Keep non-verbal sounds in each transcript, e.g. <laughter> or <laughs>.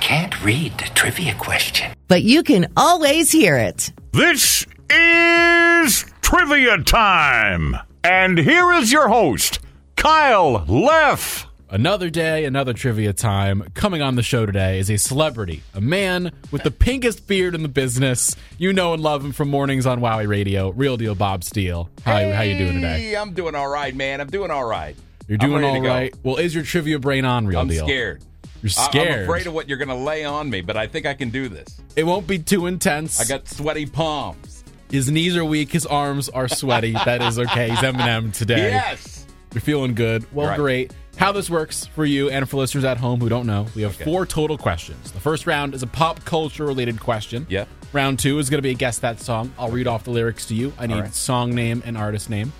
can't read the trivia question. but you can always hear it. This is trivia time. And here is your host, Kyle Leff. Another day, another trivia time. Coming on the show today is a celebrity, a man with the pinkest beard in the business. You know and love him from mornings on Wowie Radio. Real deal, Bob Steele. How how you doing today? Hey, I'm doing all right, man. I'm doing all right. You're I'm doing ready all to go. right. Well, is your trivia brain on? Real I'm deal. scared. You're I- scared. I'm afraid of what you're going to lay on me, but I think I can do this. it won't be too intense. I got sweaty palms. his knees are weak. His arms are sweaty. that is okay. He's Eminem today. <laughs> Yes. You're feeling good. Well, Right. great. How this works for you and for listeners at home who don't know, we have four total questions. The first round is a pop culture related question. Yeah. Round two is going to be a guess that song. I'll read off the lyrics to you. I need song name and artist name.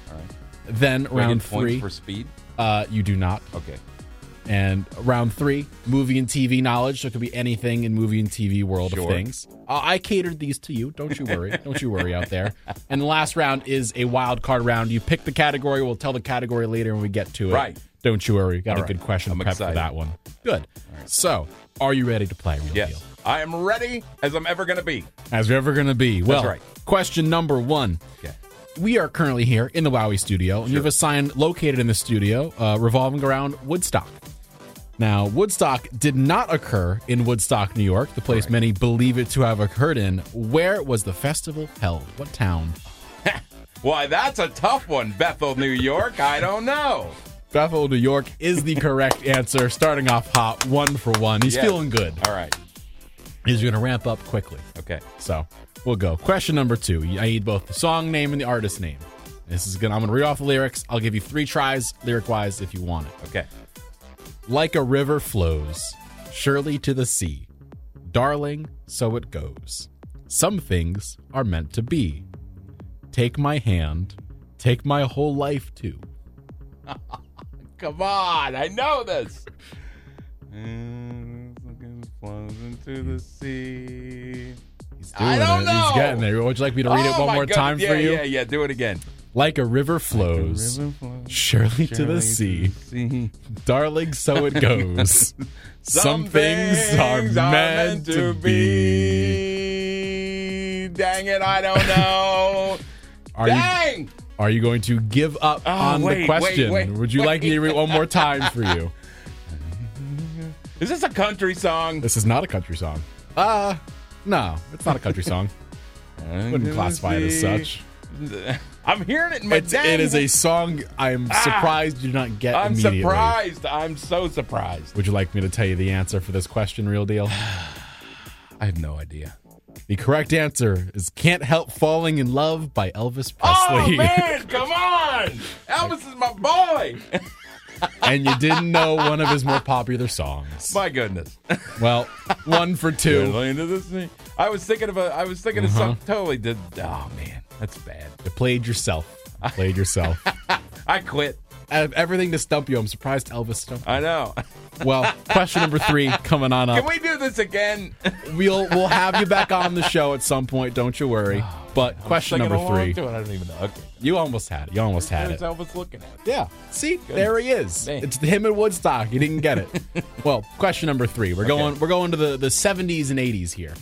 Then Do I get round points three, for speed. uh, you do not. Okay. And round three, movie and TV knowledge. So it could be anything in movie and TV world Sure. of things. Uh, I catered these to you. Don't you worry. Don't you worry out <laughs> there. And the last round is a wild card round. You pick the category. We'll tell the category later when we get to it. Right. Don't you worry. Got a All good right. question I'm prep for excited. that one. Good. So, are you ready to play? Real Yes. Deal? I am ready as I'm ever going to be. As you're ever going to be. Well, right. question number one. Okay. We are currently here in the Wowie studio, and you have a sign located in the studio uh, revolving around Woodstock. Now, Woodstock did not occur in Woodstock, New York, the place many believe it to have occurred in. Where was the festival held? What town? Why, that's a tough one, Bethel, New York. I don't know. Bethel, New York is the correct answer. Starting off hot, one for one. He's Yes. feeling good. All right. He's going to ramp up quickly. Okay. So we'll go. Question number two. I need both the song name and the artist name. This is gonna. I'm gonna read off the lyrics. I'll give you three tries, lyric wise, if you want it. Okay. Like a river flows, surely to the sea, darling, so it goes. Some things are meant to be. Take my hand, take my whole life too. Come on. I know this. And it flows into the sea. He's I don't it. He's know. getting there. Would you like me to read it Oh, one my more goodness. time yeah, for you? Yeah, yeah, do it again. Like a river flows, River flows surely, to surely the sea. <laughs> sea. Darling, so <laughs> it goes. Some things are meant, to be. be. Dang it, I don't know. <laughs> Are you, Dang! are you going to give up Oh, on wait, the wait, question? wait, Would you like me to read it one more time for <laughs> you? Is this a country song? This is not a country song. Uh, no, it's not a country <laughs> song. Wouldn't classify it as such. I'm hearing it in my It's, dang- it is a song I'm surprised you did not get I'm immediately. surprised. I'm so surprised. Would you like me to tell you the answer for this question, real deal? I have no idea. The correct answer is Can't Help Falling in Love by Elvis Oh, Presley. man, come on! Elvis is my boy! <laughs> <laughs> and you didn't know one of his more popular songs. my goodness. Well, one for <laughs> two. Into the sea. I was thinking of a. I was thinking Uh-huh. of something totally. Did, oh man, that's bad. You played yourself. You Played yourself. I quit. Out of everything to stump you, I'm surprised Elvis stumped. I know. you. Well, question number three coming on Can up. we do this again? We'll we'll have you back on the show at some point. Don't you Oh, worry. But question Second number along three. to it, I don't even know. Okay. You almost had it. You almost had There's it. Elvis looking at. it. Yeah. See, there he is. Dang. It's him in Woodstock. You didn't get <laughs> it. well, question number three. We're going. We're going to the the seventies and eighties here.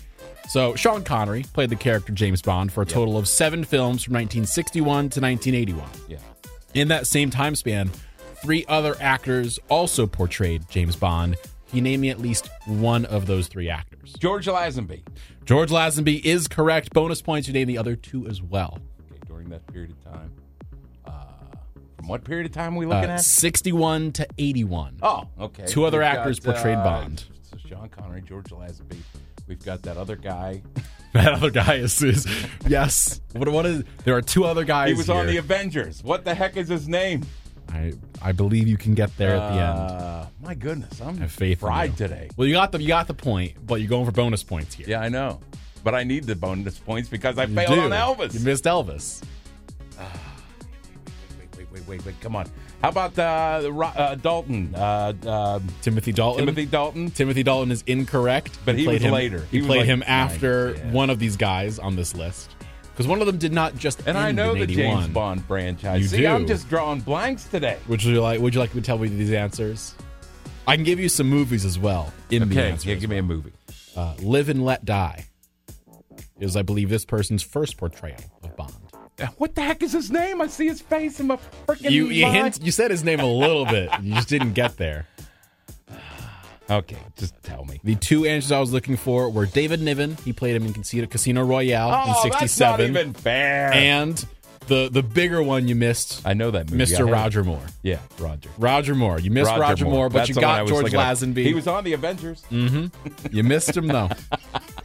So Sean Connery played the character James Bond for a total of seven films from 1961 to 1981. Yeah. In that same time span, three other actors also portrayed James Bond. Can you name me at least one of those three actors? George Lazenby. George Lazenby is correct. Bonus points. You name the other two as well. Okay, during that period of time. Uh, from what period of time are we looking Uh, at? 61 to 81. Oh, okay. Two other We've uh, actors portrayed Bond. So Sean Connery, George Lazenby. We've got that other guy. <laughs> That other guy is, is yes. What what is? There are two other guys. He was on the here. Avengers. What the heck is his name? I I believe you can get there at the end. Uh, my goodness, I'm Have faith. in fried you. today. Well, you got the you got the point, but you're going for bonus points here. Yeah, I know. But I need the bonus points because I You failed do. on Elvis. You missed Elvis. wait, wait, wait, wait, wait. Come on. How about uh, the Ro- uh, Dalton? Uh, um Timothy Dalton. Timothy Dalton? Timothy Dalton is incorrect, But You he played was him, later. You He was played like him ninth, after yeah. one of these guys on this list because one of them did not just And I end know in the 81. James Bond franchise. You See, do. I'm just drawing blanks today. Would you like? Would you like me to tell you these answers? I can give you some movies as well in the Okay, answer yeah, as give me a movie. well. Uh, Live and Let Die is, I believe, this person's first portrayal of Bond. Uh, What the heck is his name? I see his face in my freaking You you, mind. hint, you said his name a little <laughs> bit. You just didn't get there. Okay, just tell me. The two answers I was looking for were David Niven. He played him in Casino, Casino Royale in Oh, that's not '67, even fair. and the the bigger one you missed, I know that movie. I Mr. hate it. Roger Moore. Yeah, Roger. Roger Moore. You missed Roger, Moore, but That's you the one I got was George thinking of. Lazenby. Mm. He was on the Avengers. you missed him though.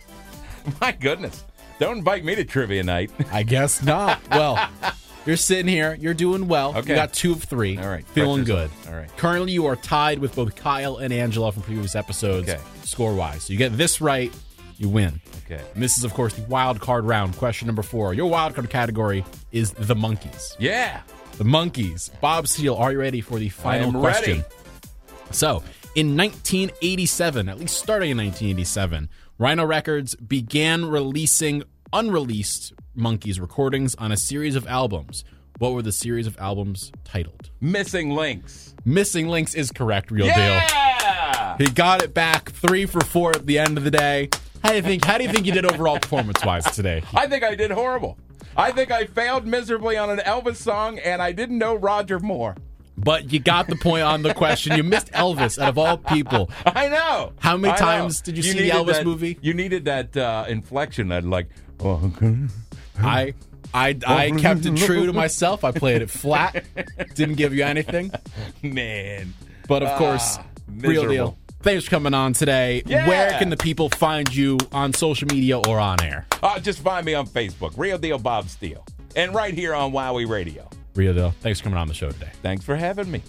<laughs> My goodness. Don't invite me to trivia night. <laughs> I guess not. Well, you're sitting here. You're doing well. Okay. You got two of three. All right. Feeling Pressure's good. on. All right. Currently, you are tied with both Kyle and Angela from previous episodes, Okay. score wise. So you get this right, you win. Okay. And this is, of course, the wild card round. Question number four. Your wild card category is the monkeys. Yeah. The monkeys. Bob Steele, are you ready for the final am question? ready. So, in 1987, at least starting in 1987, Rhino Records began releasing unreleased Monkeys recordings on a series of albums. What were the series of albums titled? Missing links. Missing Links is correct, real deal. Yeah. He got it back three for four at the end of the day. How do you think? How do you think you did overall performance-wise today? I think I did horrible. I think I failed miserably on an Elvis song, and I didn't know Roger Moore. But you got the point on the question. You missed Elvis out of all people. I know. How many I times did you see the needed Elvis that- movie? You needed that uh, inflection. That like, oh, <laughs> okay. I I I <laughs> kept it true to myself. I played it flat. Didn't give you anything. man. But of course, real deal. Ah, miserable. Thanks for coming on today. Yeah. Where can the people find you on social media or on air? Uh, just find me on Facebook, Real Deal Bob Steele, and right here on Wowie Radio. Real deal. Thanks for coming on the show today. Thanks for having me.